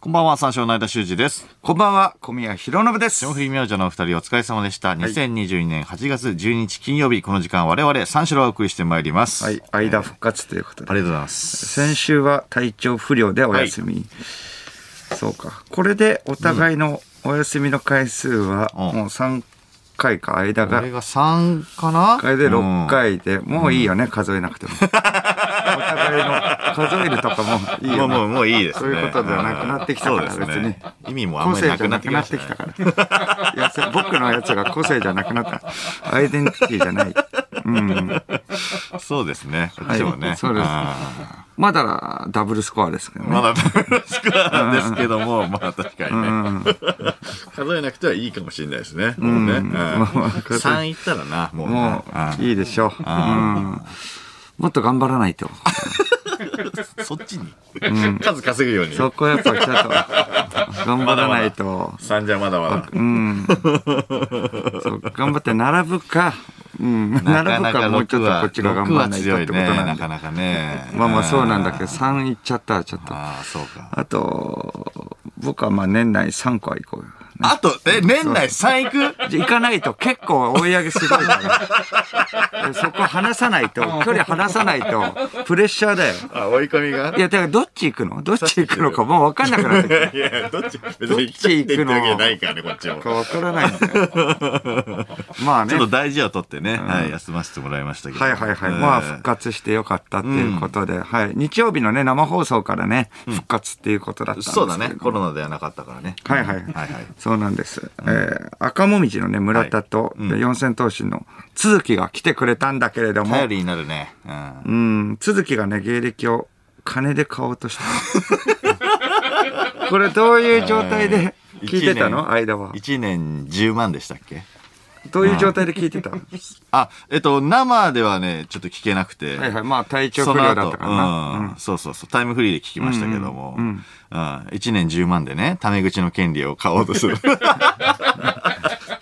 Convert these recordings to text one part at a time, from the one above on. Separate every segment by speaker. Speaker 1: こんばんは、三章の間修二です。
Speaker 2: こんばんは、小宮弘信です。
Speaker 1: 霜降り明星のお二人お疲れ様でした。2022年8月12日金曜日、この時間我々三章をお送りしてまいります。
Speaker 2: はい、間復活ということで。
Speaker 1: ありがとうございます。
Speaker 2: 先週は体調不良でお休み。そうか。これでお互いのお休みの回数は、
Speaker 1: うん
Speaker 2: もう3回か、間
Speaker 1: こ
Speaker 2: が
Speaker 1: れ。が3かな
Speaker 2: 回で6
Speaker 1: うん
Speaker 2: 回で、もういいよね、数えなく ても。お互いの数えるとかもういい
Speaker 1: も
Speaker 2: よ
Speaker 1: う、もう、
Speaker 2: な。
Speaker 1: もういいですね。
Speaker 2: そういうことではなくなってきたから
Speaker 1: そうですね意味もあん
Speaker 2: 個
Speaker 1: まり
Speaker 2: 性
Speaker 1: な
Speaker 2: じゃ
Speaker 1: くな
Speaker 2: な
Speaker 1: って
Speaker 2: く
Speaker 1: き
Speaker 2: な
Speaker 1: ま
Speaker 2: っ
Speaker 1: してた
Speaker 2: き
Speaker 1: ね
Speaker 2: たから。いやそれ 僕のやつが個性じゃなくなった。 アイデンティティじゃない。うん。
Speaker 1: そうですね。こっちもね。
Speaker 2: そうです
Speaker 1: あ
Speaker 2: まだダブルスコアですけど
Speaker 1: ーま
Speaker 2: ね。
Speaker 1: だ少なんですけども、まあ確かにね。数えなくてはいいかもしれないですね。もうね。うん3いったらな、もうね
Speaker 2: も。ういいでしょう。うんもっと頑張らないと。
Speaker 1: うん そっちに数稼ぐように。
Speaker 2: そこやっぱちょっと頑張らないと。
Speaker 1: 3じゃまだまだ。
Speaker 2: うん。そう頑張って並ぶか。うん。
Speaker 1: な
Speaker 2: 並
Speaker 1: か
Speaker 2: ぶ
Speaker 1: なか
Speaker 2: かもうちょっとこっちが頑張らないとってこと
Speaker 1: ね。
Speaker 2: な
Speaker 1: なん
Speaker 2: で
Speaker 1: か。なかね。
Speaker 2: まあまあそうなんだ
Speaker 1: け
Speaker 2: けど、3いっちゃったらちょっと。
Speaker 1: ああ、そうか。
Speaker 2: あと、僕はまあ年内3個は行こうよ。
Speaker 1: あと、え、年内3行く
Speaker 2: じゃ行かないと結構追い上げすごいから。そこ離さないと、距離離さないと、プレッシャーだよ。
Speaker 1: あ、追い込みが
Speaker 2: いや、だからどっち行くのどっち行くのかもう分かんなくなってきた。
Speaker 1: いや、どっち、別
Speaker 2: に行きたいって言ったわけじゃない
Speaker 1: からね、こっちも。
Speaker 2: か分からないんだよ。まあね
Speaker 1: ちょっ。と大事をとってね、はい、休ませてもらいましたけど。
Speaker 2: はいはいはい。
Speaker 1: えー
Speaker 2: まあ復活してよかったっていうことで、はい。日曜日のね、生放送からね、復活っていうことだったんですけ
Speaker 1: そ
Speaker 2: ど。
Speaker 1: うだね、コロナではなかったからね。
Speaker 2: はいはい。
Speaker 1: はいはい。
Speaker 2: そうなんです。えー赤もみじのね、村田と、
Speaker 1: はいうん
Speaker 2: 四千頭身の都築が来てくれたんだけれども、
Speaker 1: 頼りになるね。うん
Speaker 2: うん、都築がね、芸歴を金で買おう とした。これどういう状態で聞いてたの間は。
Speaker 1: 1年10万でしたっけ
Speaker 2: どういう状態で聞いてた
Speaker 1: あ、えっと、生ではね、ちょっと聞けなくて。
Speaker 2: はいはい。まあ体調
Speaker 1: そ
Speaker 2: 不
Speaker 1: の
Speaker 2: 良だ
Speaker 1: 後
Speaker 2: ったからな。
Speaker 1: うんそうそうそう、タイムフリーで聞きましたけども、うん1年10万でね、タメ口の権利を買おうとす る。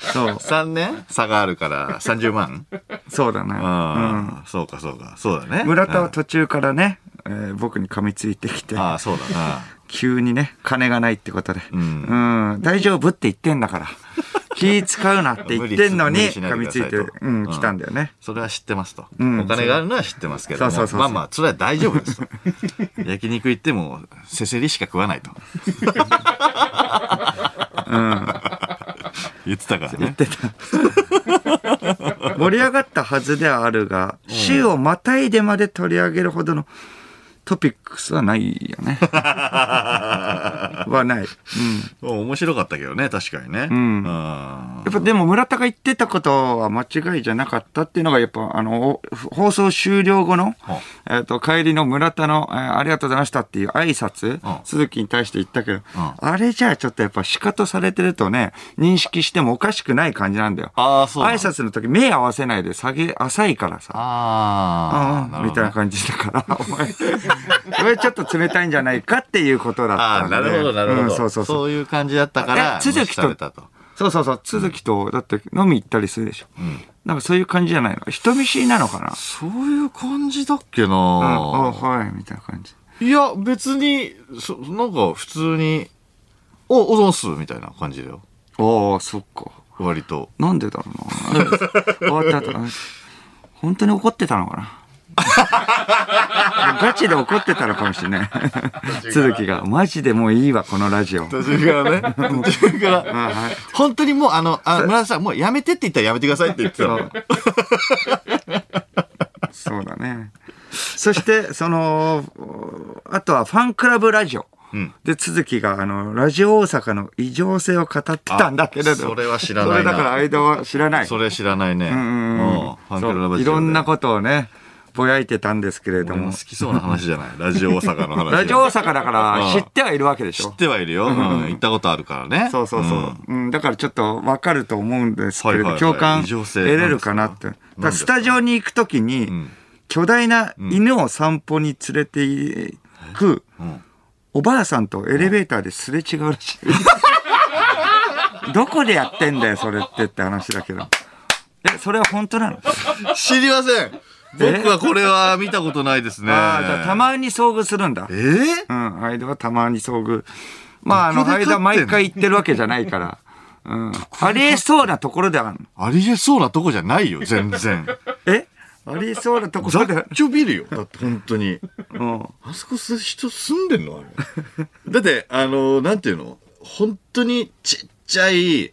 Speaker 2: そう。
Speaker 1: 3年差があるから30万
Speaker 2: そうだね。
Speaker 1: あ、うん、そうかそうか、そうだね。
Speaker 2: うん村田は途中からね、えー僕に噛みついてきて
Speaker 1: うん、ああ、そうだな。
Speaker 2: 急にね、金がないってことで。うんん。大丈夫って言ってんだから。気使うなって言ってんのに、
Speaker 1: 無理し無
Speaker 2: 噛み
Speaker 1: 理
Speaker 2: つ
Speaker 1: しないいで
Speaker 2: て、
Speaker 1: くださいと
Speaker 2: うん、来たんだよね。
Speaker 1: それは知ってますと、
Speaker 2: うん
Speaker 1: お金があるのは知ってますけども
Speaker 2: そうそうそうそう
Speaker 1: まあまあそれは大丈夫 ですと焼肉行ってもせせりしか食わ ないと、言ってたからね
Speaker 2: 盛り上がったはずではあるが、週をまたいでまで取り上げるほどのトピックスはないよ ね。はない。うん。
Speaker 1: うん面白かったけどね確かにね、
Speaker 2: ん
Speaker 1: うん
Speaker 2: やっぱでも村田が言ってたことは間違いじゃなかったっていうのが、やっぱあの、お放送終了後の
Speaker 1: は、
Speaker 2: えっと、帰りの村田の、えーありがとうございましたっていう挨拶
Speaker 1: は、
Speaker 2: 鈴木に対して言ったけど、あれじゃあちょっとやっぱ仕方されてるとね、認識してもおかしくない感じなんだよ。
Speaker 1: ああそうなん
Speaker 2: 挨
Speaker 1: だ
Speaker 2: 拶の時目合わせないで下げ、浅いからさ。
Speaker 1: ああ、
Speaker 2: みたいな感じだから、お 前、お前ちょっと冷たいんじゃないかっていうことだ
Speaker 1: あ
Speaker 2: った
Speaker 1: あ、
Speaker 2: んで。
Speaker 1: なるほど、なるほど。
Speaker 2: うん
Speaker 1: そ
Speaker 2: そううそうそう。
Speaker 1: いう感じだったから、
Speaker 2: え都築と
Speaker 1: 無視されたと。
Speaker 2: そうそうそう。続きと、だって飲み行ったりするでしょ。なんかそういう感じじゃないの人見知りなのかな
Speaker 1: そういう感じだっけ
Speaker 2: うん、あ
Speaker 1: な、
Speaker 2: はい、みたいな感じ。
Speaker 1: いや、別に、そなんか普通に、お、おぞんす、みたいな感じだよ。
Speaker 2: ああ、そっか。
Speaker 1: 割と。
Speaker 2: なんでだろうな。終わった後、本当に怒ってたのかな ガチで怒ってたのかもしれ ない。続きが、マジでもういいわ、このラジ オ。
Speaker 1: 途中からね。途中から。
Speaker 2: あはい
Speaker 1: 本当にもう、あの、あ村田さん、もうやめてって言ったらやめてくださいって言ってた
Speaker 2: そ
Speaker 1: の
Speaker 2: う。そうだね。そして、その、あとはファンクラブラジオ。
Speaker 1: うん
Speaker 2: で、続きが、あの、ラジオ大阪の異常性を語ってたんだけれど。
Speaker 1: あそれは知らないな
Speaker 2: それだから、間は知らない。
Speaker 1: それ知らないね。うん
Speaker 2: う
Speaker 1: ファンクラブ
Speaker 2: そう
Speaker 1: ラジオで
Speaker 2: いろんなことをね、ぼやいてたんですけれど
Speaker 1: 俺も
Speaker 2: も
Speaker 1: 好。きそうな話じゃない。ラジオ大阪の話。
Speaker 2: ラジオ大阪だか
Speaker 1: うん
Speaker 2: ら知ってはいるわけでし
Speaker 1: 知っ
Speaker 2: ょ。
Speaker 1: てはいるよ。うん。行ったことあるからね。
Speaker 2: そうそうそう。うん、だからちょっとわかると思うんですけれど、
Speaker 1: はいはいはい
Speaker 2: 共感
Speaker 1: 異常
Speaker 2: 得
Speaker 1: 性
Speaker 2: れるかなって。だ
Speaker 1: なん
Speaker 2: か
Speaker 1: ですから
Speaker 2: スタジオに行くときに、
Speaker 1: ん
Speaker 2: 巨大な犬を散歩に連れて行く、
Speaker 1: うん。うん
Speaker 2: おばあさんとエレベーターですれ違うらしい。 どこでやってんだよ、それってって話だけど。え、それは本当なの、
Speaker 1: 知りません
Speaker 2: え
Speaker 1: 僕はこれは見たことないですね。
Speaker 2: ああ、じゃあたまに遭遇するんだ
Speaker 1: え。ー
Speaker 2: うん、間はたまに遭遇まあ、あの、間毎回行ってるわけじゃないから。うん。ありえそうなところではある
Speaker 1: ありえそうなとこじゃないよ、全 然。
Speaker 2: えありえそうなところ
Speaker 1: 雑
Speaker 2: では、
Speaker 1: 居ビルよ。だって本当に。
Speaker 2: うん。
Speaker 1: あそこす人住んでんのあれ。 だって、あの、なんていうの本当にちっちゃい、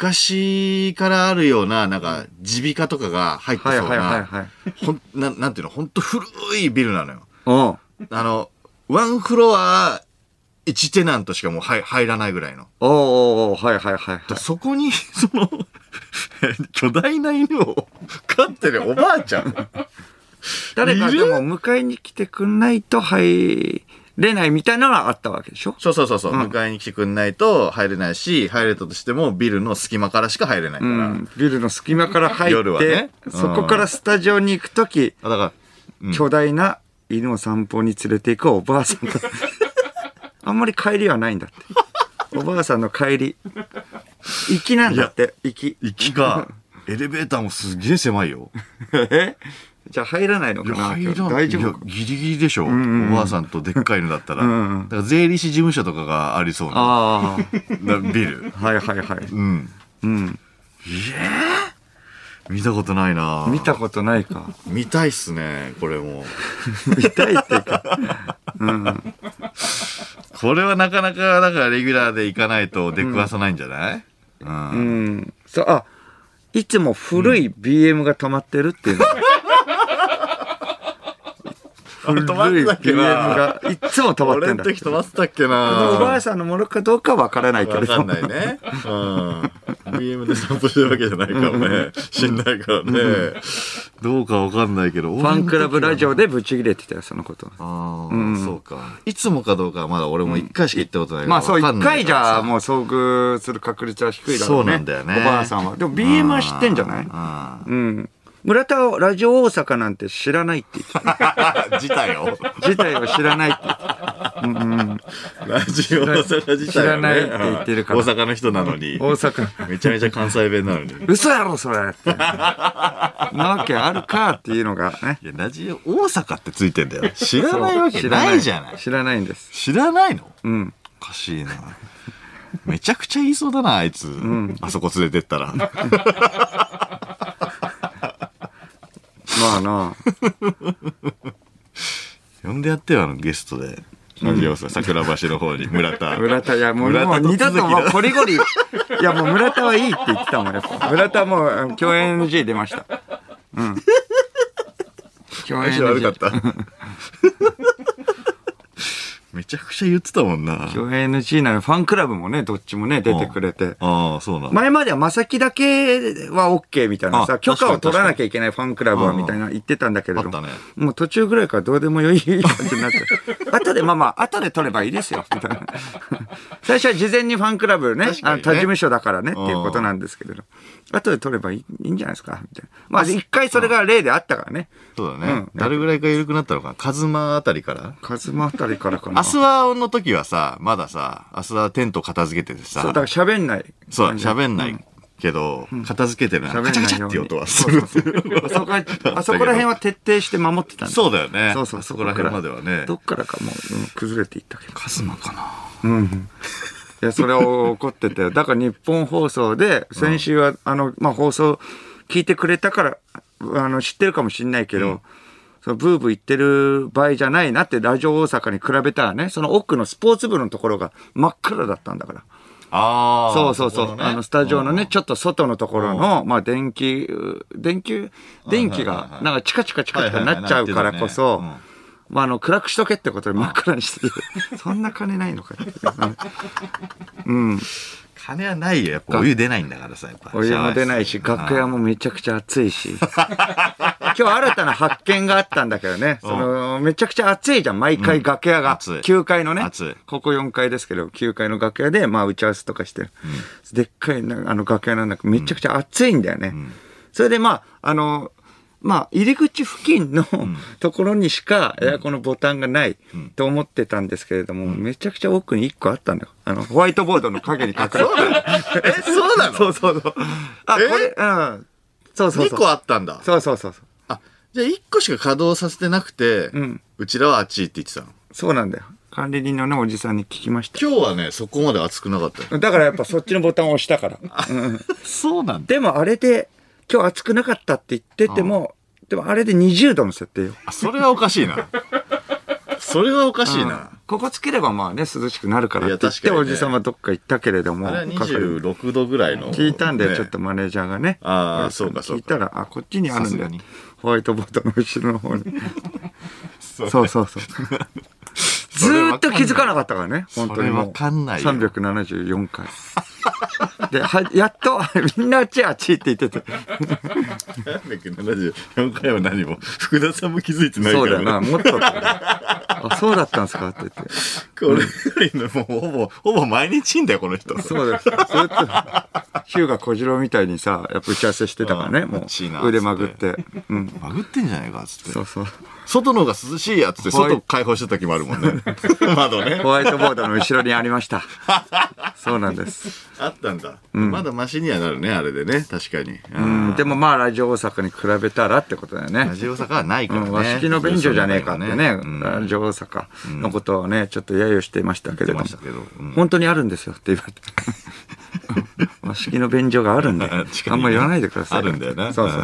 Speaker 1: 昔からあるような、なんか、耳鼻科とかが入ってそうな、
Speaker 2: はいはいはいはい
Speaker 1: ほんななんていうの本当古いビルなのよ。
Speaker 2: おう
Speaker 1: あの、ワンフロア、1テナントしかもう入入らないぐらいの。
Speaker 2: おうおうおうはいはいはいはい。
Speaker 1: だそこに、その、巨大な犬を飼ってるおばあちゃん。
Speaker 2: 誰かでも迎えに来てくんないと入れないみたいなのはあったわけでしょ
Speaker 1: そうそうそうそう、
Speaker 2: うん
Speaker 1: 迎えに来てくんないと入れないし、入れたとしてもビルの隙間からしか入れないか
Speaker 2: う
Speaker 1: ら。
Speaker 2: ん。ビルの隙間から入って、
Speaker 1: 夜はねうん
Speaker 2: そこからスタジオに行くとき、
Speaker 1: あだから、うん
Speaker 2: 巨大な犬を散歩に連れて行くおばあさ んがあんまり帰りはないんだって。おばあさんの帰り。行きなんだって、行き。
Speaker 1: 行きか、エレベーターもすげえ狭いよ。
Speaker 2: えじゃあ入らないの
Speaker 1: い
Speaker 2: か
Speaker 1: や、
Speaker 2: な
Speaker 1: 入
Speaker 2: 今
Speaker 1: ら
Speaker 2: 日
Speaker 1: ん
Speaker 2: 大丈
Speaker 1: い
Speaker 2: 夫
Speaker 1: や
Speaker 2: か
Speaker 1: ギリギリでしょ、
Speaker 2: んうん
Speaker 1: おばあさんとでっかい犬だったら。
Speaker 2: うんうん
Speaker 1: だから税理士事務所とかがありそうな
Speaker 2: あ
Speaker 1: なビル。
Speaker 2: あ、はいはいはい。
Speaker 1: うん。
Speaker 2: うん。
Speaker 1: 見たことないな
Speaker 2: 見たことないか。
Speaker 1: 見たいっすね、これも。
Speaker 2: 見たいっていう か。
Speaker 1: これはなかなか、だからレギュラーで行かないと出くわさないんじゃない、うん
Speaker 2: うん。そう、あ、いつも古い BM が溜まってるっていうの。古い
Speaker 1: 止まってたっけ
Speaker 2: BM
Speaker 1: な
Speaker 2: がいつも溜まって
Speaker 1: 俺
Speaker 2: んだ
Speaker 1: の。時止まってたっけな
Speaker 2: おばあさんのものかどうかわからないけれ
Speaker 1: わ
Speaker 2: ど。
Speaker 1: かんないね。うん。BM で散歩してるわけじゃないからね。死んないからね。どうかわかんないけど。フ
Speaker 2: ファンクラブラジオでぶち切れてたよ、そのこと。
Speaker 1: あ
Speaker 2: う
Speaker 1: あ、
Speaker 2: ん
Speaker 1: そうか。いつもかどうかはまだ俺も一回しか行ったことないから。
Speaker 2: まあそう、
Speaker 1: わかんな
Speaker 2: 一
Speaker 1: い
Speaker 2: 回じゃ
Speaker 1: う。
Speaker 2: もう遭遇する確率は低いだろうね。
Speaker 1: そうなんだよね
Speaker 2: おばあさんは。でも BM は知ってんじゃない
Speaker 1: あ
Speaker 2: うん。村田はラジオ大阪なんて知らないって言ってた。
Speaker 1: あ。 自体を。
Speaker 2: 自体は知らないって言ってた。
Speaker 1: ラジオ大阪自体をね
Speaker 2: 知らないって言ってるから
Speaker 1: 大阪の人なのに。
Speaker 2: 大阪。
Speaker 1: めちゃめちゃ関西弁なのに。
Speaker 2: 嘘やろそれって。なわけあるかっていうのがね。
Speaker 1: いや、ラジオ大阪ってついてんだよ。知らないわけないじゃない。
Speaker 2: 知らないんです。
Speaker 1: 知らないの
Speaker 2: うん。
Speaker 1: おかしいな。めちゃくちゃ言いそうだな、あいつ。あそこ連れてったら。
Speaker 2: まあな。
Speaker 1: 呼んでやってよ、あの、ゲストで。ラジオさ、桜橋の方に、村田。
Speaker 2: 村田、いや、もう
Speaker 1: 村田
Speaker 2: もう二度
Speaker 1: 都築
Speaker 2: と
Speaker 1: だ
Speaker 2: もうこりごり。いや、もう村田はいいって言ってたもん、やっぱ。村田もう共演 NG 出ました。うん。共演
Speaker 1: 相性悪かっ
Speaker 2: NG。
Speaker 1: た。めちゃくちゃ言ってたもんな。
Speaker 2: 共演 NG なのにファンクラブもね、どっちもね、出てくれて。
Speaker 1: ああ、そうなんだ。
Speaker 2: 前まではまさきだけは OK みたいな
Speaker 1: あ
Speaker 2: さ、許可
Speaker 1: 確
Speaker 2: を
Speaker 1: かに
Speaker 2: 取らなきゃいけないファンクラブはみたいな言ってたんだけれど
Speaker 1: あったね
Speaker 2: もう途中ぐらいからどうでもよい感じになって、 後でまあまあ、後で取ればいいですよ、 みたいな。最初は事前にファンクラブね、
Speaker 1: 確か
Speaker 2: あ
Speaker 1: にね
Speaker 2: の他事務所だからねっていうことなんですけれど、後で取ればいいいいんじゃないですか、みたいな。まあ一回それが例であったからね。
Speaker 1: そうだ
Speaker 2: う
Speaker 1: ね
Speaker 2: ん。
Speaker 1: 誰ぐらいか緩くなったのかな。カズマあたりから。
Speaker 2: カズマあたりからかな。
Speaker 1: アスワの時はさ、まださ、アスワテント片付けててさ、
Speaker 2: そう、だから喋んない。
Speaker 1: そう、喋んないけど、片付けてるな。カチャカチャっていう音はする。
Speaker 2: そうそうそうあそこは あそこら辺は徹底して守ってたんだ
Speaker 1: そうだよね。
Speaker 2: そうそう、
Speaker 1: あそこら辺まではね
Speaker 2: ど。っからかもう、うん崩れていったけど。
Speaker 1: カズマかな。
Speaker 2: いや、それを怒ってたよ。だから日本放送で、先週は、あの、まあ、放送聞いてくれたから、あの、知ってるかもしんないけど、そのブーブー言ってる場合じゃないなって、ラジオ大阪に比べたらね、その奥のスポーツ部のところが真っ暗だったんだから。
Speaker 1: ああ。
Speaker 2: そうそうそう。
Speaker 1: ここ
Speaker 2: あの、スタジオのね、ちょっと外のところの、まあ、電気、電球、電
Speaker 1: は
Speaker 2: 気
Speaker 1: いはいはい
Speaker 2: が
Speaker 1: は、い
Speaker 2: なんかチカチカチカチカなっちゃうからこ
Speaker 1: はい
Speaker 2: そ
Speaker 1: はいはいなって、
Speaker 2: まあ、あの、暗くしとけってことで真っ暗にして て、そんな金ないのかってうん。
Speaker 1: 金はないよ。やっぱお湯出ないんだからさ、やっぱ。
Speaker 2: お湯も出ないし、
Speaker 1: シャワー室
Speaker 2: 楽屋もめちゃくちゃ暑いし。 今日新たな発見があったんだけどね。その、めちゃくちゃ暑いじゃん、毎回楽屋が。
Speaker 1: 暑い
Speaker 2: 9階のね
Speaker 1: 暑い、
Speaker 2: ここ4階ですけど、9階の楽屋で、まあ打ち合わせとかしてる。でっかいなあの楽屋なんだけど、めちゃくちゃ暑いんだよね。それでまあ、あの、まあ、入り口付近のところにしかエアコンのボタンがないと思ってたんですけれども、めちゃくちゃ奥に1個あったんだよ。あの、ホワイトボードの影に隠れて。
Speaker 1: え、そうなの
Speaker 2: そうそうそう。あ、
Speaker 1: え
Speaker 2: これ、うん。そうそうそう。
Speaker 1: ?2 個あったんだ。
Speaker 2: そうそうそうそう。
Speaker 1: あ、じゃあ1個しか稼働させてなくて、
Speaker 2: ん
Speaker 1: うちらはあっち行って言ってたの。
Speaker 2: そうなんだよ。管理人のね、おじさんに聞きました
Speaker 1: 今日はね、そこまで熱くなかったよ。
Speaker 2: よ。だからやっぱそっちのボタンを押し たから。うん
Speaker 1: そうなんだ。
Speaker 2: でもあれで、今日暑くなかったって言ってても、でもあれで20度の設定よ。
Speaker 1: あそれはおかしいな。それはおかしいな。
Speaker 2: うんここつければまあね、涼しくなるからって言って、
Speaker 1: いや確かにね
Speaker 2: おじさんはどっか行ったけれども、
Speaker 1: あれは
Speaker 2: かかる
Speaker 1: 26度ぐらいの。
Speaker 2: 聞いたんだよ、
Speaker 1: ね
Speaker 2: ちょっと。マネージャーがね。
Speaker 1: ああ
Speaker 2: おじさん
Speaker 1: そう
Speaker 2: に
Speaker 1: かそうか
Speaker 2: 聞いたら、あ、こっちにあるんだ
Speaker 1: さすがに
Speaker 2: ホワイトボードの後ろの方に。
Speaker 1: そう
Speaker 2: そうそう そう。ずーっと気づかなかったからね、本当にもう。
Speaker 1: それわかんないよ
Speaker 2: 374回。で、はやっと、みんなあっちあっちって言ってて。
Speaker 1: 374回は何も。福田さんも気づいてないか
Speaker 2: そ
Speaker 1: ら
Speaker 2: うだよな、もっと。あ、そうだったんですかって言って。
Speaker 1: これぐらいの、もうほぼ、ほぼ毎日いいんだよ、この人。
Speaker 2: そうです。ずっと、ヒューが小次郎みたいにさ、やっぱ打ち合わせしてたからね、
Speaker 1: うん
Speaker 2: も
Speaker 1: うっちいな
Speaker 2: う。腕まぐって。うん。
Speaker 1: バグってんじゃないか、つって
Speaker 2: そう。そう。
Speaker 1: 外の方が涼しいやつって、
Speaker 2: ホワイ
Speaker 1: 外開放してた時もあるもん ね。窓ね
Speaker 2: ホ。ワイトボードの後ろにありました。そうなんです。
Speaker 1: あったんだ。まだマシにはなるね、あれでね。確かに。う
Speaker 2: うんん。でもまあ、ラジオ大阪に比べたらってことだよね
Speaker 1: ラ。ジオ坂はないから
Speaker 2: う
Speaker 1: ね。
Speaker 2: ん和式の便所じゃねえかってね、
Speaker 1: うん
Speaker 2: ラジオ大阪のことをね、ちょっと揶揄してましたけれど
Speaker 1: 言ってまし
Speaker 2: も
Speaker 1: たけどうん、
Speaker 2: 本当にあるんですよって言われて。 和式の便所があるんで、
Speaker 1: あ近くにね
Speaker 2: あんま言わないでください。
Speaker 1: あるんだよな。
Speaker 2: そうそう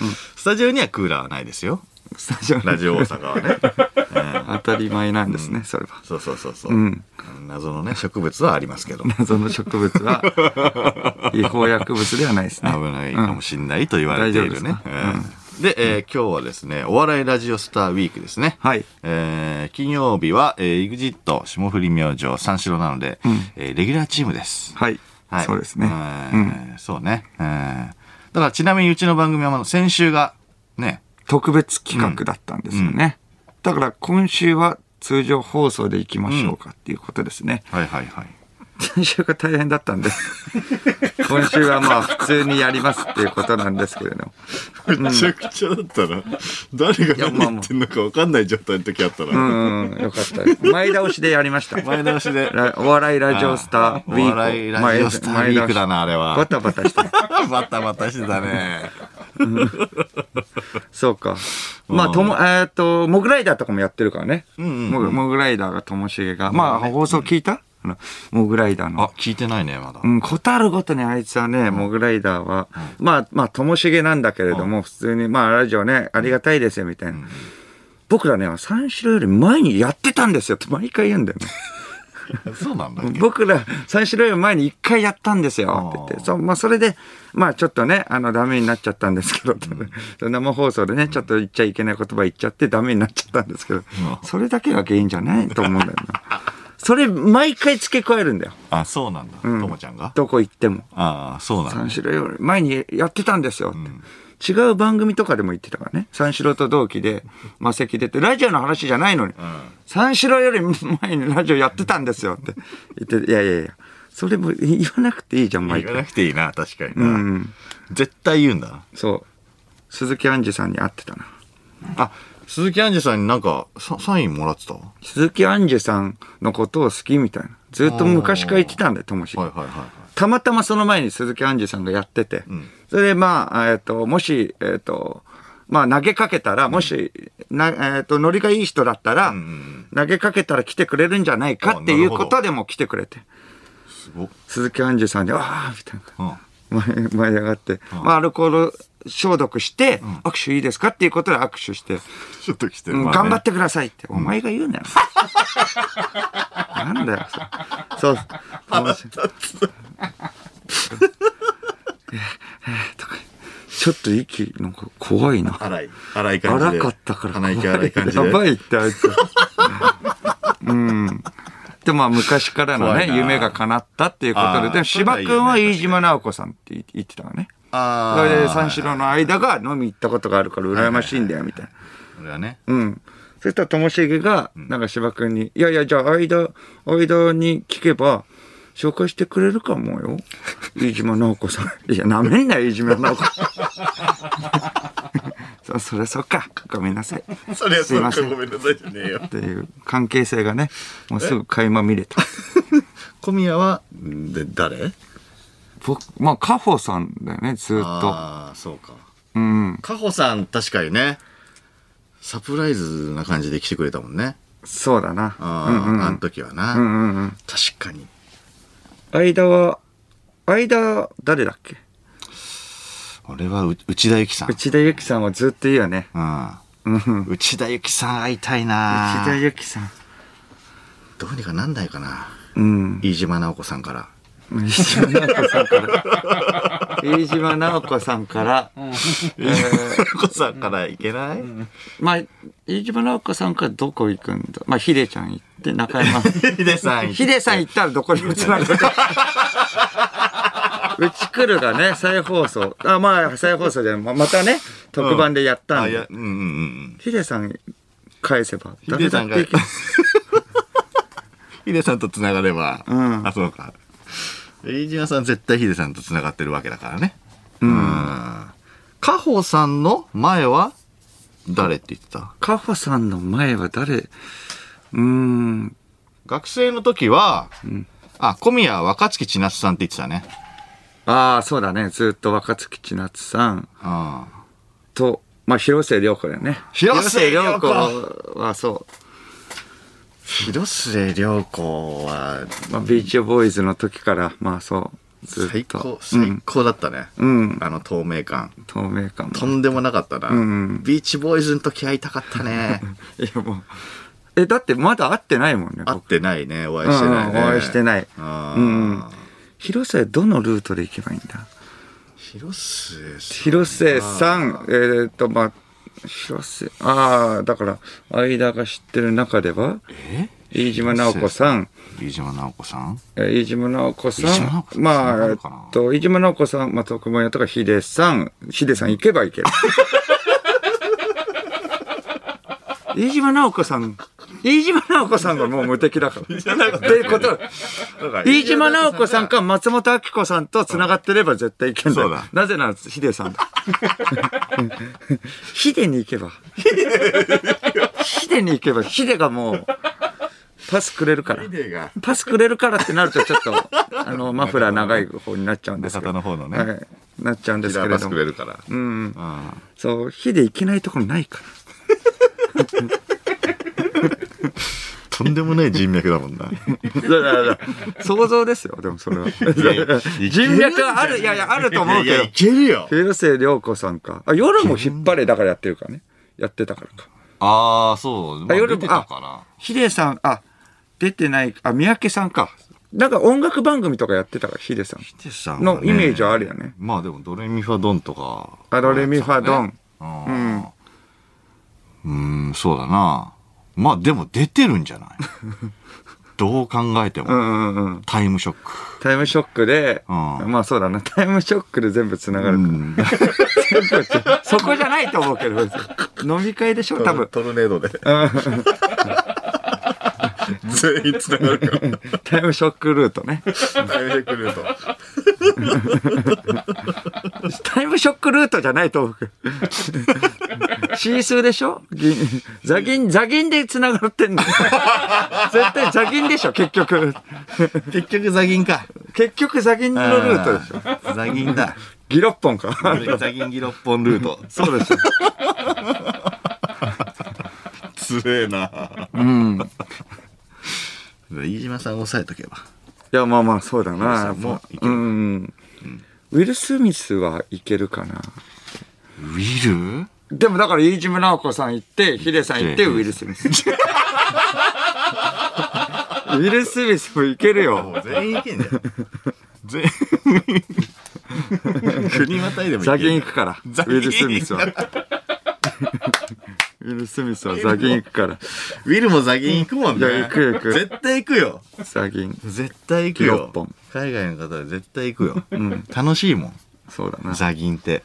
Speaker 2: う。
Speaker 1: んスタジオにはクーラーはないですよ。
Speaker 2: スタジオ
Speaker 1: ラジオ大阪はね。
Speaker 2: 当たり前なんですね、それは。
Speaker 1: そうそうそうそう。謎のね、植物はありますけど。
Speaker 2: 謎の植物は 違法薬物ではないですね。
Speaker 1: 危ないかもしんないと言われているね。
Speaker 2: うん大丈夫ですか
Speaker 1: うんで、えー今日はですね、お笑いラジオスターウィークですね。
Speaker 2: はい
Speaker 1: えー金曜日は、えー、EXIT、霜降り明星、三四郎なので、えーレギュラーチームです。
Speaker 2: はい。
Speaker 1: はい
Speaker 2: そうですね。
Speaker 1: は
Speaker 2: う
Speaker 1: い
Speaker 2: ん。
Speaker 1: そうね。うんだからちなみにうちの番組は、あの先週が、ね、
Speaker 2: 特別企画だったんですよね。だから今週は通常放送でいきましょうかっていうことですね。
Speaker 1: はいはいはい。
Speaker 2: 先週が大変だったんで、 今週はまあ普通にやりますっていうことなんですけれども。
Speaker 1: めちゃくちゃだったな。誰が
Speaker 2: や
Speaker 1: 何言ってんのか分かんない状態の時あった
Speaker 2: う
Speaker 1: な。
Speaker 2: んうん、よかったです。前倒しでやりました。
Speaker 1: 前倒しで。
Speaker 2: ラお笑いラジオスターウィーク。
Speaker 1: お笑いラジオスターウィークだな、あれ
Speaker 2: 前バ
Speaker 1: は。
Speaker 2: タバタして。
Speaker 1: バタバタしてたね。
Speaker 2: そうか。まあ、とも、えーっと、モグライダーとかもやってるからね。
Speaker 1: んうん
Speaker 2: モグモグライダーがともしげが。まあ、放送聞いた、あのモグライダ ー
Speaker 1: あ
Speaker 2: の。、
Speaker 1: 聞いてないね、まだ
Speaker 2: う。ん、ことあるごとにあいつはね、モグライダーは、まあ、まあ、ともしげなんだけれども、普通に、まあ、ラジオね、ありがたいですよ、みたいな。僕らね、三四郎より前にやってたんですよって毎回言うんだ よね。
Speaker 1: そうなんだ
Speaker 2: 僕ら三四郎より前に一回やったんですよって言って、そうまあ、それで、まあちょっとね、あの、ダメになっちゃったんですけど、生放送でね、ちょっと言っちゃいけない言葉言っちゃってダメになっちゃったんですけど、それだけが原因じゃないと思うんだよな。それ、毎回付け加えるんだよ。
Speaker 1: あ、そうなんだ。ともちゃんが
Speaker 2: どこ行っても。
Speaker 1: ああ、そうなん
Speaker 2: 三
Speaker 1: だ。
Speaker 2: 四郎より前にやってたんですよって。違う番組とかでも言ってたからね。三四郎と同期で、魔石出て、ラジオの話じゃないのに、三四郎より前にラジオやってたんですよって言って、いやいやいや、それも言わなくていいじゃん、毎
Speaker 1: 言わ
Speaker 2: 回。
Speaker 1: なくていいな、確かに
Speaker 2: う
Speaker 1: な。
Speaker 2: ん。
Speaker 1: 絶対言うんだな。
Speaker 2: そう。鈴木杏樹さんに会ってたな。
Speaker 1: あ、鈴木杏樹さんになんか、ササインもらってたは
Speaker 2: 鈴木杏樹さんのことを好きみたいな。ずっと昔から言ってたんだよ、ともし
Speaker 1: い
Speaker 2: げ
Speaker 1: はいはいはい。
Speaker 2: たまたまその前に鈴木杏樹さんがやってて、それでまあ、えっ、と、もし、えっ、と、まあ投げかけたら、もし、な、えっ、と、ノリがいい人だったら、投げかけたら来てくれるんじゃないかっていうことでも来てくれて、
Speaker 1: すごっ。
Speaker 2: 鈴木杏樹さんに、ああ、みたいな。
Speaker 1: うん。
Speaker 2: 舞い上がって、まあ、アルコール消毒して、握手いいですかっていうことで握手して、
Speaker 1: ちょっと来て
Speaker 2: うん
Speaker 1: まあね
Speaker 2: 頑張ってくださいって、お前が言うなよ。なんだよ、そう。そう。とかちょっと息、なんか怖いな。
Speaker 1: 荒い。荒い感じで。
Speaker 2: 荒かったから
Speaker 1: 鼻息荒い感じで。
Speaker 2: やばいって、あいつ。うん。でまあ昔からの
Speaker 1: 怖い
Speaker 2: ね、
Speaker 1: な
Speaker 2: 夢が叶ったっていうことで、
Speaker 1: あー
Speaker 2: でも芝君は飯島直子さんって言ってたからね。
Speaker 1: あ
Speaker 2: そ
Speaker 1: あ。
Speaker 2: れで三四郎の間が飲み行ったことがあるから羨ましいんだよ、みたいな。
Speaker 1: これはね。
Speaker 2: うん。そしたらともしげが、なんか芝君に、いやいや、じゃあ間、間に聞けば、紹介してくれるかも よ。飯島直子さん。いや、なめんなよ、飯島直 子。そ、それそっか。ごめんなさい。っ
Speaker 1: それはそうか
Speaker 2: すいません
Speaker 1: ごめんなさいじゃねえよ。
Speaker 2: ていう関係性がね、もうすぐ垣間見れた。
Speaker 1: 小宮は、んで、誰
Speaker 2: 僕、まあ、カホさんだよね、ずっと。
Speaker 1: ああ、そうか。
Speaker 2: うん。
Speaker 1: カホさん、確かにね、サプライズな感じで来てくれたもんね。
Speaker 2: そうだな。
Speaker 1: あ,、
Speaker 2: うん
Speaker 1: ん
Speaker 2: うん
Speaker 1: あの時はな、
Speaker 2: うんうんうん。
Speaker 1: 確かに。
Speaker 2: 間は、間、誰だっけ
Speaker 1: 俺はう内田有紀さん。
Speaker 2: 内田有紀さんはずっと言うよね。
Speaker 1: う
Speaker 2: うん
Speaker 1: ん。内田有紀さん会いたい
Speaker 2: 内
Speaker 1: な
Speaker 2: 田有紀さん。
Speaker 1: どうにかなんないかな。
Speaker 2: うん。
Speaker 1: 飯島直子さんから。
Speaker 2: 飯島直子さん から。飯島直子さんから、
Speaker 1: 直子さんからいけない、
Speaker 2: まあ、飯島直子さんからどこ行くんだまあ、ヒデちゃん行って、中 山。
Speaker 1: ヒデさん。
Speaker 2: ヒデさん行ったらどこにもつなが る。うち来るがね、再放送。あ、まあ、再放送じゃない。ままたね、特番でやった
Speaker 1: あ、
Speaker 2: ん
Speaker 1: いや
Speaker 2: で、。
Speaker 1: うんうんうん。
Speaker 2: ヒデさん返せば。
Speaker 1: ヒデさんが
Speaker 2: 誰だって行け
Speaker 1: ヒデさんと繋がれば。
Speaker 2: うん
Speaker 1: あ、そうか。飯島さん絶対ヒデさんと繋がってるわけだからね。うん。カホさんの前は誰って言ってた
Speaker 2: カホさんの前は誰うーん。
Speaker 1: 学生の時は、あ、小宮若月千夏さんって言ってたね。
Speaker 2: ああ、そうだね。ずっと若月千夏さん
Speaker 1: うん。
Speaker 2: と、まあ、広末涼子だよね。
Speaker 1: 広末涼子
Speaker 2: 広末涼子はそ
Speaker 1: 広末涼子は
Speaker 2: う。まあ、ビーチボーイズの時から、まあそう。ずっと。
Speaker 1: 最高、
Speaker 2: う
Speaker 1: 最
Speaker 2: ん。
Speaker 1: 高だったね。
Speaker 2: うん。
Speaker 1: あの透明感。
Speaker 2: 透明感も。
Speaker 1: とんでもなかったな。
Speaker 2: ん
Speaker 1: ビーチボーイズの時会いたかった ね。
Speaker 2: いやもう。え、だってまだ会ってないもんね。
Speaker 1: 会っ
Speaker 2: 僕
Speaker 1: てないね、お会いしてないね。
Speaker 2: うんお会いしてない
Speaker 1: あ
Speaker 2: う
Speaker 1: ー
Speaker 2: ん。広末どのルートで行けばいいんだ
Speaker 1: 広末さん。
Speaker 2: 広末さん、えーっと、まあ、広末、ああ、だから、間が知ってる中では、
Speaker 1: え
Speaker 2: 飯島直子さん、
Speaker 1: 飯島直子さん
Speaker 2: えー飯島直子さ
Speaker 1: 飯島直子さ
Speaker 2: ん、
Speaker 1: ん
Speaker 2: まあ、
Speaker 1: な
Speaker 2: え
Speaker 1: の
Speaker 2: っ
Speaker 1: かな
Speaker 2: と、飯島直子さん、まあ、徳間屋とか、ヒデさん、ヒデさん行けば行ける。 飯島直子さん、飯島直子さんがもう無敵だから。っていうことは 飯島直子さん。か松本明子さんと繋がってれば絶対いけんだよ
Speaker 1: そうだ
Speaker 2: なぜならヒデさんだ。 ヒデに行けば。 ヒデに行けば、ヒデがもう、パスくれるから
Speaker 1: ヒ。デが、
Speaker 2: パスくれるからってなるとちょっと、 あの、マフラー長い方になっちゃうんですけ
Speaker 1: 中
Speaker 2: ど。
Speaker 1: 田の方のね。
Speaker 2: はい。なっちゃうんで
Speaker 1: ヒ
Speaker 2: す
Speaker 1: デ
Speaker 2: け
Speaker 1: が
Speaker 2: れ
Speaker 1: パス
Speaker 2: ど
Speaker 1: く
Speaker 2: も。
Speaker 1: れるから。
Speaker 2: うん。
Speaker 1: うん
Speaker 2: そう、ヒデ行けないところないから。
Speaker 1: とんでもない人脈だもんな。
Speaker 2: いやいやいや想像ですよ、でもそれは。 人脈はある、いやいや、あると思う
Speaker 1: い
Speaker 2: け
Speaker 1: やいや
Speaker 2: ど
Speaker 1: い。けるよ。
Speaker 2: 広末涼子さんか。あ、夜も引っ張れだからやってるからね。やってたからか。
Speaker 1: ああ、そう。まあ
Speaker 2: 夜も
Speaker 1: 出てたか
Speaker 2: ヒデさん、あ、出てない、あ、三宅さんか。なんか音楽番組とかやってたから、ヒデさん。
Speaker 1: な。
Speaker 2: のイメージはあるよね。
Speaker 1: まあでも、ドレミファドンとか。
Speaker 2: あドレミファドン。
Speaker 1: うん。うーん、そうだな。まあでも出てるんじ ゃないどう考えて
Speaker 2: う
Speaker 1: も。
Speaker 2: んうんうん。
Speaker 1: タイムショック。
Speaker 2: タイムショックで、
Speaker 1: うん
Speaker 2: まあそうだな、タイムショックで全部繋がるから。全部そこじゃないと思うけど、別に 飲み会でしょ、多分。
Speaker 1: トルネー ドで。全員繋がるから。
Speaker 2: タイムショックルートね。
Speaker 1: タイムショックルート。
Speaker 2: タイムショックルートじゃないと思うけ ど。シースーでしょ銀ザギン、ザギンで繋がってん の。絶対ザギンでしょ、結局。
Speaker 1: 結局ザギンか。
Speaker 2: 結局ザギンのルートでしょ。
Speaker 1: ょ。ザギンだ。
Speaker 2: ギロッポンか。
Speaker 1: ザギンギロッポンルート。
Speaker 2: そうでしょ。
Speaker 1: つれえな。
Speaker 2: うん。い
Speaker 1: 飯島さん抑えとけば。
Speaker 2: や、まあまあ、そうだな。
Speaker 1: ウィルスもいけ
Speaker 2: う
Speaker 1: る
Speaker 2: ん。ウィル・スミスはいけるかな。
Speaker 1: ウィル
Speaker 2: でもだから、飯島直子さん行って、ヒデさん行って、ウィル・スミス。ウィル・スミスもいけるよ。
Speaker 1: 全員いけんじゃん。全 員。国またいでもいけ
Speaker 2: ザ
Speaker 1: ん
Speaker 2: ギン行くから。ウ
Speaker 1: ザギン
Speaker 2: ィル・スミスは。ウィル・スミスはザギン行くから。
Speaker 1: ウィルもザギン行くもんね。
Speaker 2: いや行く行く
Speaker 1: 絶対行くよ。
Speaker 2: ザギン。
Speaker 1: 絶対行く
Speaker 2: ギロッ
Speaker 1: よ
Speaker 2: ポン。
Speaker 1: 海外の方は絶対行く よ。楽しいも
Speaker 2: そうだ
Speaker 1: ん。
Speaker 2: な。
Speaker 1: ザギン って。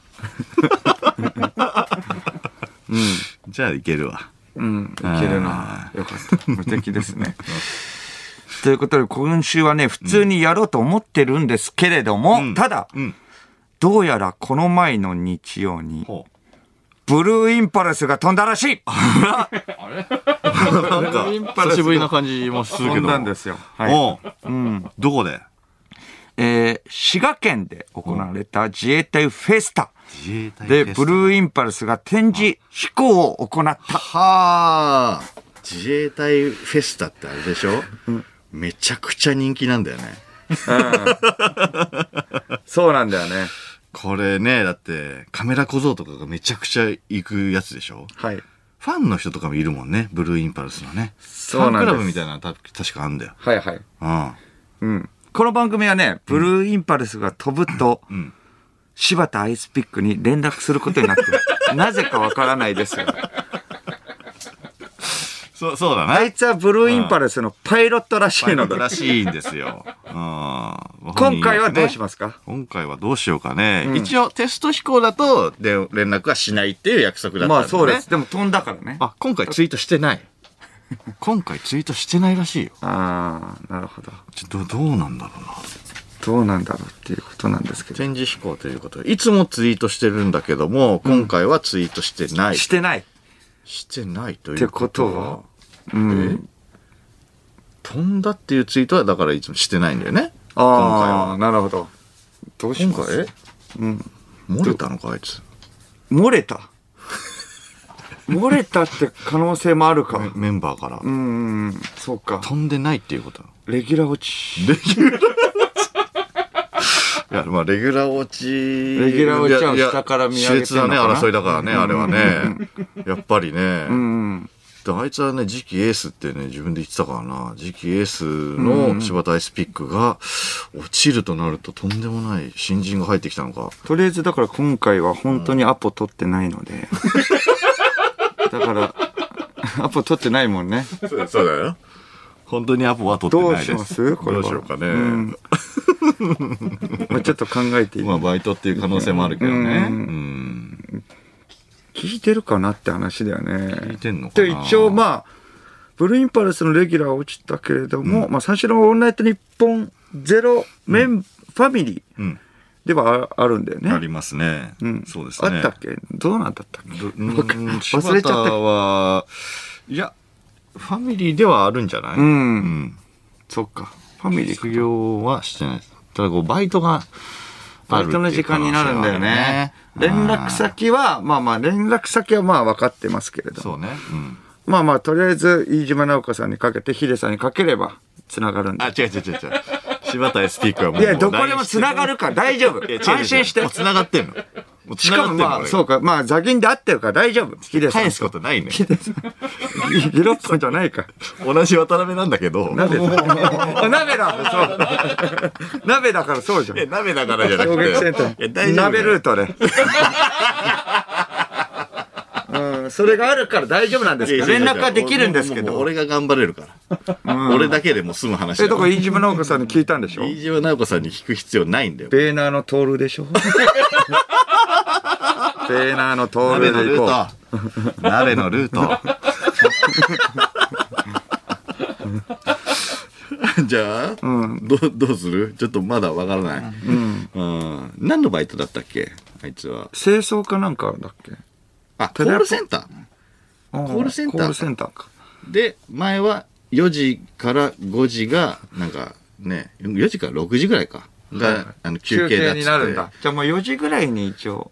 Speaker 2: うん。
Speaker 1: じゃあ行けるわ。
Speaker 2: うん。いけるな。よかった。無敵ですね。ということで、今週はね、普通にやろうと思ってるんですけれども、
Speaker 1: ん
Speaker 2: ただ、
Speaker 1: うん。
Speaker 2: どうやらこの前の日曜に、
Speaker 1: ほ
Speaker 2: ブルーインパルスが飛んだらしい
Speaker 1: う。なんか、
Speaker 2: インパル
Speaker 1: 久
Speaker 2: スが
Speaker 1: しぶりな感じもするけ
Speaker 2: 飛
Speaker 1: ど。
Speaker 2: んだんですよ。はい。
Speaker 1: おう。うん。どこで
Speaker 2: えー滋賀県で行われた自衛隊フェスタ。
Speaker 1: 自衛隊
Speaker 2: で、ブ
Speaker 1: ー。
Speaker 2: ルーインパルスが展示飛行を行った。
Speaker 1: はあ。自衛隊フェスタってあれでしょ、めちゃくちゃ人気なんだよね。
Speaker 2: そうなんだよね。
Speaker 1: これね、だってカメラ小僧とかがめちゃくちゃ行くやつでしょ
Speaker 2: はい。
Speaker 1: ファンの人とかもいるもんね、ブルーインパルスのね。フ
Speaker 2: そ
Speaker 1: ァ
Speaker 2: う
Speaker 1: ン
Speaker 2: なん
Speaker 1: ク
Speaker 2: です
Speaker 1: ラブみたいなのた確かあんだよ。
Speaker 2: はいはい。
Speaker 1: うん。
Speaker 2: うん。この番組はね、ブルーインパルスが飛ぶと、
Speaker 1: ん
Speaker 2: 柴田アイスピックに連絡することになって る。なぜかわからないですよ。
Speaker 1: そう、そうだな。
Speaker 2: あいつはブルーインパルスのパイロットらしいので、
Speaker 1: らしいんです よ。うん。
Speaker 2: 今
Speaker 1: 今
Speaker 2: 回はどうしますか
Speaker 1: 今回はどうしようかね。一応テスト飛行だとで連絡はしないっていう約束だったんだ、ね。
Speaker 2: まあそうです。。でも飛んだからね。
Speaker 1: あ、今回ツイートして ない。今回ツイートしてないらしいよ。
Speaker 2: ああ、なるほど。
Speaker 1: ちょっとどうなんだろうな。
Speaker 2: どうなんだろうっていうことなんですけど。
Speaker 1: 展示飛行ということで。いつもツイートしてるんだけども、今回はツイートしてない。
Speaker 2: してない。
Speaker 1: してないという
Speaker 2: ってことはうん。
Speaker 1: 飛んだっていうツイートはだからいつもしてないんだよね。
Speaker 2: ああ、なるほど。どうし
Speaker 1: 今
Speaker 2: ま
Speaker 1: 回は。
Speaker 2: す
Speaker 1: 今回漏れたのか、あいつ。
Speaker 2: 漏れた。漏れたって可能性もあるか。う
Speaker 1: メンバーから。
Speaker 2: ーん、そうか。
Speaker 1: 飛んでないっていうことなの
Speaker 2: レギュラー落ち。
Speaker 1: レギュラー落ち。いや、まあ、レギュラー落ち。
Speaker 2: レギュラー落ちは下から見上げてん
Speaker 1: いや
Speaker 2: の
Speaker 1: い
Speaker 2: かな
Speaker 1: や熾烈なね、争いだからね、あれはね。やっぱりね。
Speaker 2: うん。
Speaker 1: であいつはね、次期エースってね、自分で言ってたからな。次期エースの柴田アイスピックが、落ちるとなるととんでもない新人が入ってきたのか。
Speaker 2: とりあえずだから今回は本当にアポ取ってないので。だから、アポ取ってないもんね。
Speaker 1: そうだよ。本当にアポは取ってないです。
Speaker 2: どうしますこれ
Speaker 1: ど
Speaker 2: は
Speaker 1: うしようかね。
Speaker 2: うんまあちょっと考えていい
Speaker 1: まあ、バイトっていう可能性もあるけどね。
Speaker 2: うん
Speaker 1: うん。
Speaker 2: 聞いてるかなって話だよ
Speaker 1: 聞い
Speaker 2: ね。
Speaker 1: てんのか
Speaker 2: で、
Speaker 1: な
Speaker 2: 一応まあ、ブルーインパルスのレギュラーは落ちたけれども、まあ、三四郎オールナイト日本ゼロメン、ファミリー
Speaker 1: うん。
Speaker 2: ではああるんだよね。
Speaker 1: ありますね。
Speaker 2: うん。
Speaker 1: そうですね。
Speaker 2: あったっけどうなんだったっけ
Speaker 1: どうーん
Speaker 2: わか忘
Speaker 1: 柴
Speaker 2: れち
Speaker 1: 田
Speaker 2: ゃった。
Speaker 1: は、いや、ファミリーではあるんじゃない、
Speaker 2: う。
Speaker 1: うんん。
Speaker 2: そっか。ファミリー
Speaker 1: 副業はしてないです。ただ、こう、バイトが、
Speaker 2: バイトの時間になるんだよね。
Speaker 1: あるっていう可
Speaker 2: 連
Speaker 1: 能性はあるね
Speaker 2: 絡。先は、まあまあ、連絡先はまあ分かってますけれども。
Speaker 1: そうね。うん。
Speaker 2: まあまあ、とりあえず、飯島直子さんにかけて、ヒデさんにかければ、つながるん
Speaker 1: あ、
Speaker 2: で。
Speaker 1: 違う違う違う違う。柴田 SP 君はもう。
Speaker 2: いや、どこでもつながるから大丈夫。
Speaker 1: いや違う違う違う
Speaker 2: 安心して
Speaker 1: もう。繋がってんの。もう
Speaker 2: し
Speaker 1: 繋が
Speaker 2: か
Speaker 1: ってん
Speaker 2: も
Speaker 1: の。。
Speaker 2: まあ、そううか。まあ、座銀で合ってるから大丈夫。ヒデさん。
Speaker 1: 返すことないね。
Speaker 2: ヒデさん。ギロッポンじゃないか。
Speaker 1: 同じ渡辺なんだけど。
Speaker 2: 鍋だ。あ鍋だ。そう。鍋だからそうじゃん
Speaker 1: いや。鍋だからじゃなく
Speaker 2: 衝
Speaker 1: て。
Speaker 2: 撃戦
Speaker 1: いや大丈夫
Speaker 2: 闘。
Speaker 1: だよ
Speaker 2: 鍋ルートで。うん、それがあるから大丈夫なんですけど連絡はできるんですけ
Speaker 1: もうもうもう
Speaker 2: ど。
Speaker 1: 俺が頑張れるから。俺だけでも済む話
Speaker 2: え、
Speaker 1: だ
Speaker 2: と
Speaker 1: か。
Speaker 2: から飯島直子さんに聞いたんでしょ
Speaker 1: 飯島直子さんに聞く必要ないんだよ。
Speaker 2: ベーナーのトールで しょベーナーのトー
Speaker 1: 鍋の
Speaker 2: ルで
Speaker 1: ル
Speaker 2: 行こ
Speaker 1: ート。鍋のルート。 じゃあ、どうどうするちょっとまだわからない、うん何のバイトだったっけあいつは
Speaker 2: う。清掃かなんかだっけ
Speaker 1: あコールセンタ
Speaker 2: コ
Speaker 1: ールセンター
Speaker 2: コールセンターか。
Speaker 1: ーで前は4時から5時がなんかね4時から6時ぐらいかが、あの休憩だっつって
Speaker 2: になるんだ。じゃあもう4時ぐらいに 一応。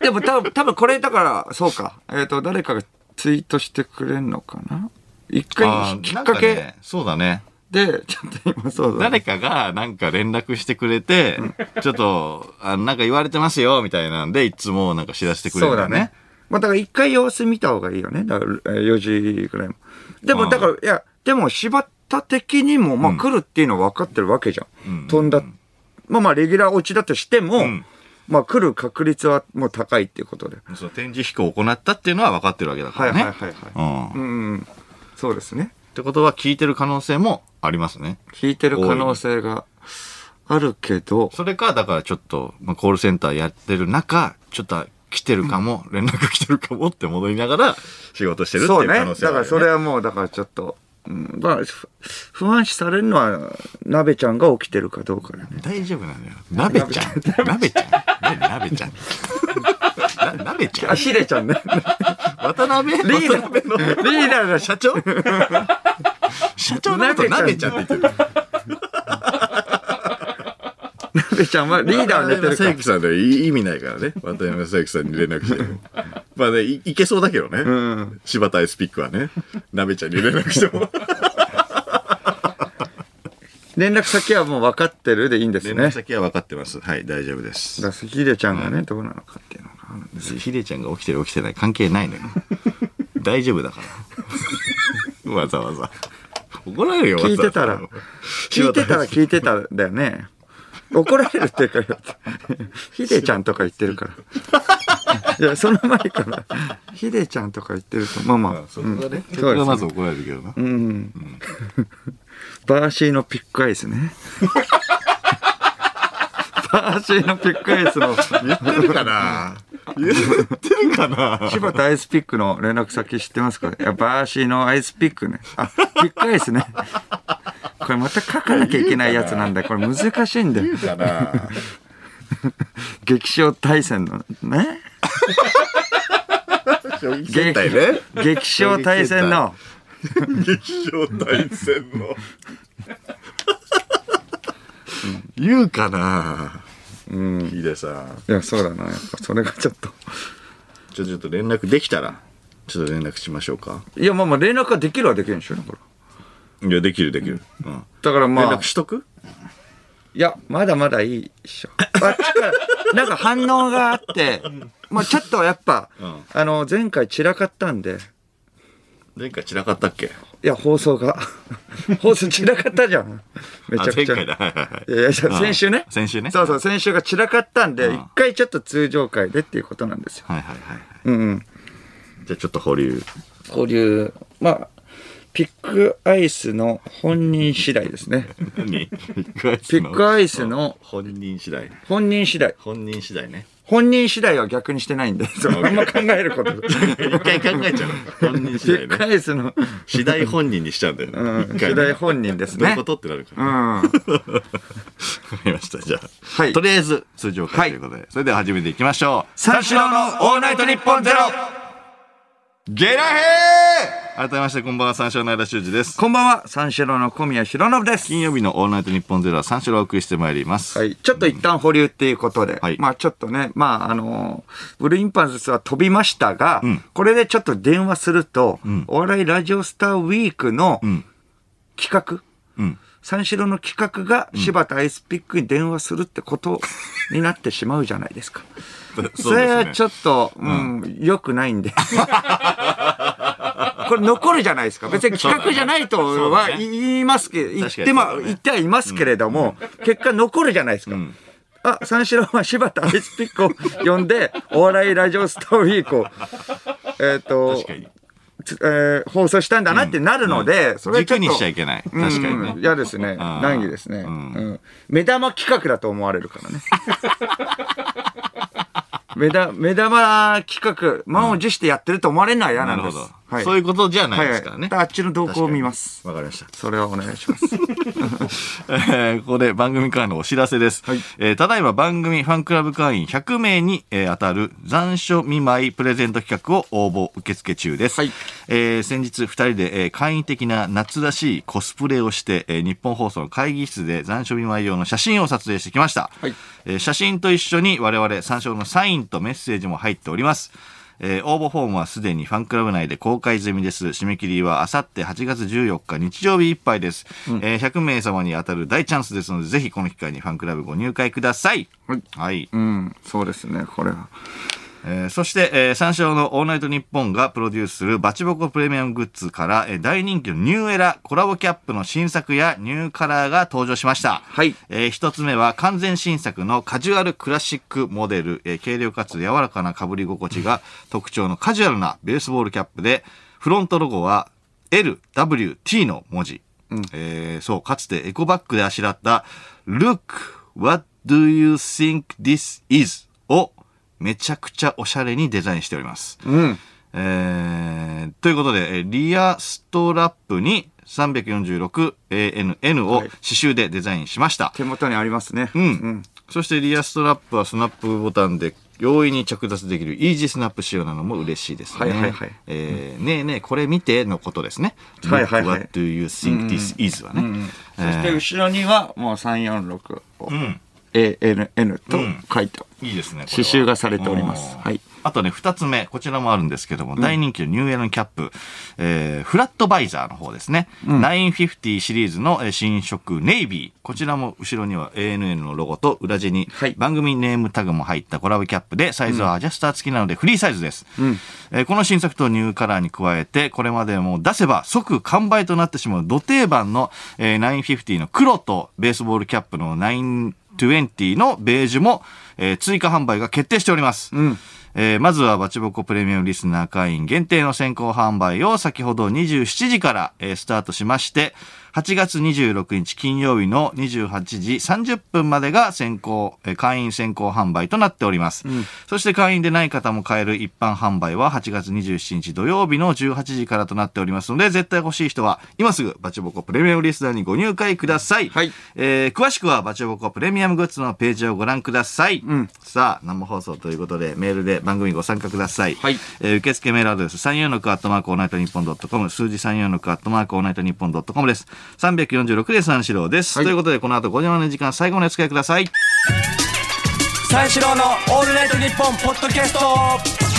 Speaker 2: でも多分、多分これだから、そうか。えっ、と、誰かがツイートしてくれんのかな一
Speaker 1: あ
Speaker 2: 回
Speaker 1: ー
Speaker 2: き
Speaker 1: な
Speaker 2: っ
Speaker 1: んか
Speaker 2: かけ
Speaker 1: ねそうだね
Speaker 2: で、ちょっと今そうだ。
Speaker 1: 誰かがなんか連絡してくれて、ちょっと、あなんか言われてますよ、みたいなんで、いつもなんか知らせてくれ
Speaker 2: そ
Speaker 1: る
Speaker 2: うん
Speaker 1: だ
Speaker 2: だ
Speaker 1: よね
Speaker 2: ね。。まあだから一回様子見た方がいいよね。だからえー4時ぐらいも。でもだから、いや、でも柴田的にも、まあ来るっていうのは分かってるわけじゃん。
Speaker 1: うん
Speaker 2: 飛んだ。まあまあレギュラー落ちだとしても、
Speaker 1: ん
Speaker 2: まあ来る確率はもう高いっていうことで。
Speaker 1: その展示飛行を行ったっていうのは分かってるわけだか
Speaker 2: は
Speaker 1: ら
Speaker 2: いはい
Speaker 1: ね。
Speaker 2: はいはい。
Speaker 1: うん
Speaker 2: う
Speaker 1: っ
Speaker 2: ん、そうですね。
Speaker 1: てことは聞いてる可能性もありますね。
Speaker 2: 聞いてる可能性があるけど、
Speaker 1: それか、だからちょっと、まあ、コールセンターやってる中、ちょっと来てるかも、連絡来てるかもって戻りながら仕事してるってい
Speaker 2: そう
Speaker 1: う
Speaker 2: ね。
Speaker 1: 可
Speaker 2: だ
Speaker 1: 能性は
Speaker 2: か
Speaker 1: あ
Speaker 2: ら
Speaker 1: るよ
Speaker 2: そ
Speaker 1: ね
Speaker 2: れはもう、だからちょっと、うん、まあ、ふ不安視されるのは、鍋ちゃんが起きてるかどうかだね。
Speaker 1: 大丈夫なのよ。鍋ちゃん。鍋ちゃん。何鍋ちゃん。な鍋ちゃ
Speaker 2: あ、
Speaker 1: ん。
Speaker 2: ヒデちゃんね。
Speaker 1: 渡辺
Speaker 2: リーダ
Speaker 1: 渡辺の
Speaker 2: ー、リーダーが
Speaker 1: 社長社長のことなめちゃんって言ってる。
Speaker 2: 鍋ちゃんはリーダー
Speaker 1: 渡
Speaker 2: 寝て
Speaker 1: 辺
Speaker 2: るか
Speaker 1: 正
Speaker 2: ら。
Speaker 1: 行さんで意味ないからね。渡辺正行さんに連絡して。まあね、いいけそうだけどね。
Speaker 2: うん。
Speaker 1: 柴田エスピックはね。なべちゃんに連絡しても。
Speaker 2: 連絡先はもう分かってるでいいんです
Speaker 1: 連
Speaker 2: ね。
Speaker 1: 絡
Speaker 2: だか
Speaker 1: 先は分かってます。はい、大丈夫です。
Speaker 2: らヒデちゃんがね、どうなのかっていうのがあるんで
Speaker 1: ヒデちゃんが起きてる起きてない関係ないのよ。 大丈夫だから。 わざわざ。怒られるよ、わざ
Speaker 2: 聞
Speaker 1: わ
Speaker 2: い
Speaker 1: ざ
Speaker 2: てたら、聞いてたら聞いてたんだよね。怒られるっていうか、ヒデちゃんとか言ってる から。いや、その前から、ヒデちゃんとか言ってると、まあまあ、
Speaker 1: そこがね、
Speaker 2: うん
Speaker 1: そこがまず
Speaker 2: そう
Speaker 1: 怒られるけどな。
Speaker 2: ですねうん。バーシーのピックアイス ね。バーシーのピックアイスの、
Speaker 1: 言ってるかな言ってるかな
Speaker 2: 柴田アイスピックの連絡先知ってますかいや、バーシーのアイスピックね。あ、ピックアイスね。これまた書かなきゃいけないやつなんだよ。これ難しいんだよ。
Speaker 1: かな
Speaker 2: 激勝対戦のね。
Speaker 1: 将棋戦隊ね。
Speaker 2: 激勝対戦の
Speaker 1: 激情対戦の。 言うかなうん。ヒデさん。
Speaker 2: いやそうだなやっぱそれがちょっと
Speaker 1: ちょ、ちょっと連絡できたら、ちょっと連絡しましょうか。
Speaker 2: いやまあまあ連絡はできるはできるんでしょだから
Speaker 1: いや、できるできる。うん。
Speaker 2: だから
Speaker 1: 連
Speaker 2: まあ
Speaker 1: 絡しとく
Speaker 2: いやまだまだいいっしょあっちからなんか反応があってまあちょっとやっぱ、
Speaker 1: うん
Speaker 2: あの前回散らかったんで
Speaker 1: 前回散らかったっけ
Speaker 2: いや放送 が放送散らかったじゃんめちゃ
Speaker 1: あ、
Speaker 2: く
Speaker 1: 前
Speaker 2: ちゃ
Speaker 1: 回だ。はいはいはい
Speaker 2: いやいや先週ね
Speaker 1: うん先週ね。
Speaker 2: そうそう先週が散らかったんで
Speaker 1: ん
Speaker 2: 一回ちょっと通常会でっていうことなんですよ
Speaker 1: はいはいはいはい。
Speaker 2: うんうん
Speaker 1: じゃあちょっと保留。
Speaker 2: 交流まあピックアイスの本人次第ですね
Speaker 1: 何ピ ックアイ
Speaker 2: ピックアイスの
Speaker 1: 本人次第。
Speaker 2: 本人次第
Speaker 1: 本人次第ね。
Speaker 2: 本人次第は逆にしてない んでそうあんま考えることピ
Speaker 1: 一回考えちゃう。本人次第
Speaker 2: ックア
Speaker 1: ね。
Speaker 2: イスの、
Speaker 1: 次第本人にしちゃうんだよ
Speaker 2: う
Speaker 1: ね。
Speaker 2: ん、
Speaker 1: 一回
Speaker 2: 次
Speaker 1: ね
Speaker 2: 第本人です
Speaker 1: どういう
Speaker 2: ね
Speaker 1: ことってなるか
Speaker 2: う
Speaker 1: ら。
Speaker 2: ん
Speaker 1: わ
Speaker 2: は
Speaker 1: かりました。じゃあ。
Speaker 2: い
Speaker 1: とりあえず、通常回ということで。それでは始めていきましょう。
Speaker 2: 三四郎のオールナイトニッポンゼロ
Speaker 1: ゲラヘー改めまして、こんばんは、三四郎の間修二です。
Speaker 2: こんばんは三四郎の小宮弘信です
Speaker 1: 金曜日のオールナイトニッポンゼロは三四郎をお送りしてまいります。
Speaker 2: はい、ちょっと一旦保留っていうことで、
Speaker 1: はい
Speaker 2: まあちょっとね、まああのーブルーインパルスは飛びましたが、
Speaker 1: ん
Speaker 2: これでちょっと電話すると、
Speaker 1: ん
Speaker 2: お笑いラジオスターウィークの
Speaker 1: ん
Speaker 2: 企画、
Speaker 1: うん。
Speaker 2: 三四郎の企画が柴田アイスピックに電話するってことになってしまうじゃないですか。それはち
Speaker 1: ょっ
Speaker 2: ょっと、うん、良くない んで。これ残るじゃないですか。別に企画じゃないとは
Speaker 1: そうだね
Speaker 2: 言いますけど、言っ
Speaker 1: 確かに
Speaker 2: てま
Speaker 1: そ
Speaker 2: あ、
Speaker 1: うだね
Speaker 2: 言ってはいますけれども、結果残るじゃないですか。あ、三四郎は柴田アイスピックを呼 んで、お笑いラジオスターウィークを、えっ、と
Speaker 1: 確か、に。
Speaker 2: つえー放送したんだなってなるので、それはちょ
Speaker 1: 軸
Speaker 2: っと
Speaker 1: にしちゃいけない。確かにね
Speaker 2: うん。嫌ですね。
Speaker 1: あー
Speaker 2: 難儀ですね、
Speaker 1: うん
Speaker 2: うん目玉企画だと思われるからね。 目だ目玉企画、満を持してやってると思われるのは嫌な
Speaker 1: なんる
Speaker 2: で
Speaker 1: ほ
Speaker 2: す。
Speaker 1: ど。
Speaker 2: はい、
Speaker 1: そういうことじゃな
Speaker 2: はいい
Speaker 1: で
Speaker 2: は
Speaker 1: す
Speaker 2: い
Speaker 1: からね。
Speaker 2: あっちの動向を見ます。
Speaker 1: わかりました。
Speaker 2: それはお願いします。
Speaker 1: えーここで番組からのお知らせです。
Speaker 2: はい
Speaker 1: えーただいま番組ファンクラブ会員100名に、えー当たる残暑見舞いプレゼント企画を応募受付中です。
Speaker 2: はい
Speaker 1: えー先日2人で、えー簡易的な夏らしいコスプレをして、えー日本放送の会議室で残暑見舞い用の写真を撮影してきました。
Speaker 2: はい
Speaker 1: えー写真と一緒に我々参照のサインとメッセージも入っております。えー応募フォームはすでにファンクラブ内で公開済みです。締め切りはあさって8月14日日曜日いっぱいです、えー100名様に当たる大チャンスですので、ぜひこの機会にファンクラブご入会ください。
Speaker 2: はい
Speaker 1: はい。
Speaker 2: うん、そうですね、これは。
Speaker 1: えーそして、えー三四郎のオールナイトニッポンがプロデュースするバチボコプレミアムグッズから、えー大人気のニューエラコラボキャップの新作やニューカラーが登場しました。
Speaker 2: はい
Speaker 1: えー一つ目は完全新作のカジュアルクラシックモデル、えー軽量かつ柔らかな被り心地が特徴のカジュアルなベースボールキャップで、フロントロゴは LWT の文字。えーそう、かつてエコバッグであしらった Look, what do you think this is? をめちゃくちゃおしゃれにデザインしております。
Speaker 2: うん。
Speaker 1: えーということで、えーリアストラップに 346ANN を
Speaker 2: はい
Speaker 1: 刺繍でデザインしました。
Speaker 2: 手元にありますね。
Speaker 1: うん。そしてリアストラップはスナップボタンで容易に着脱できるイージースナップ仕様なのも嬉しいですね。
Speaker 2: はいはいはい
Speaker 1: えーねえねえ、これ見てのことですね。
Speaker 2: はいはいはい
Speaker 1: Look, What do you think this is? はね。え
Speaker 2: そして
Speaker 1: ー
Speaker 2: 後ろには、もう346を、ANN と書いて、
Speaker 1: いいですね。これ
Speaker 2: 刺
Speaker 1: は
Speaker 2: 繍がされておりま
Speaker 1: う
Speaker 2: す。
Speaker 1: ん
Speaker 2: はい。
Speaker 1: あとね、二つ目、こちらもあるんですけども、大人気のニューエラのキャップ、えー、フラットバイザーの方ですね。950シリーズのえー新色ネイビー。こちらも後ろには ANN のロゴと裏地に
Speaker 2: はい
Speaker 1: 番組ネームタグも入ったコラボキャップで、サイズはアジャスター付きなのでフリーサイズです。えーこの新作とニューカラーに加えて、これまでも出せば即完売となってしまう土定番の、えー950の黒とベースボールキャップの920のベージュも、えー追加販売が決定しております。えーまずはバチボコプレミアムリスナー会員限定の先行販売を先ほど27時から、えースタートしまして、8月26日金曜日の28時30分までが先行、えー会員先行販売となっております、そして会員でない方も買える一般販売は8月27日土曜日の18時からとなっておりますので、絶対欲しい人は今すぐバチボコプレミアムリスナーにご入会ください。
Speaker 2: はい
Speaker 1: えー詳しくはバチボコプレミアムグッズのページをご覧ください。
Speaker 2: ん
Speaker 1: さあ、生放送ということで、メールで番組ご参加ください。
Speaker 2: はい
Speaker 1: えー受付メールアドレス34のクアットマークオールナイトニッポンドットコム、数字34のクアットマークオールナイトニッポンドットコムです。346で三四郎です。
Speaker 2: はい
Speaker 1: ということで、この後5時までの時間、最後までお付き合いください。
Speaker 3: 三四郎の「オールナイトニッポン」ポッドキャスト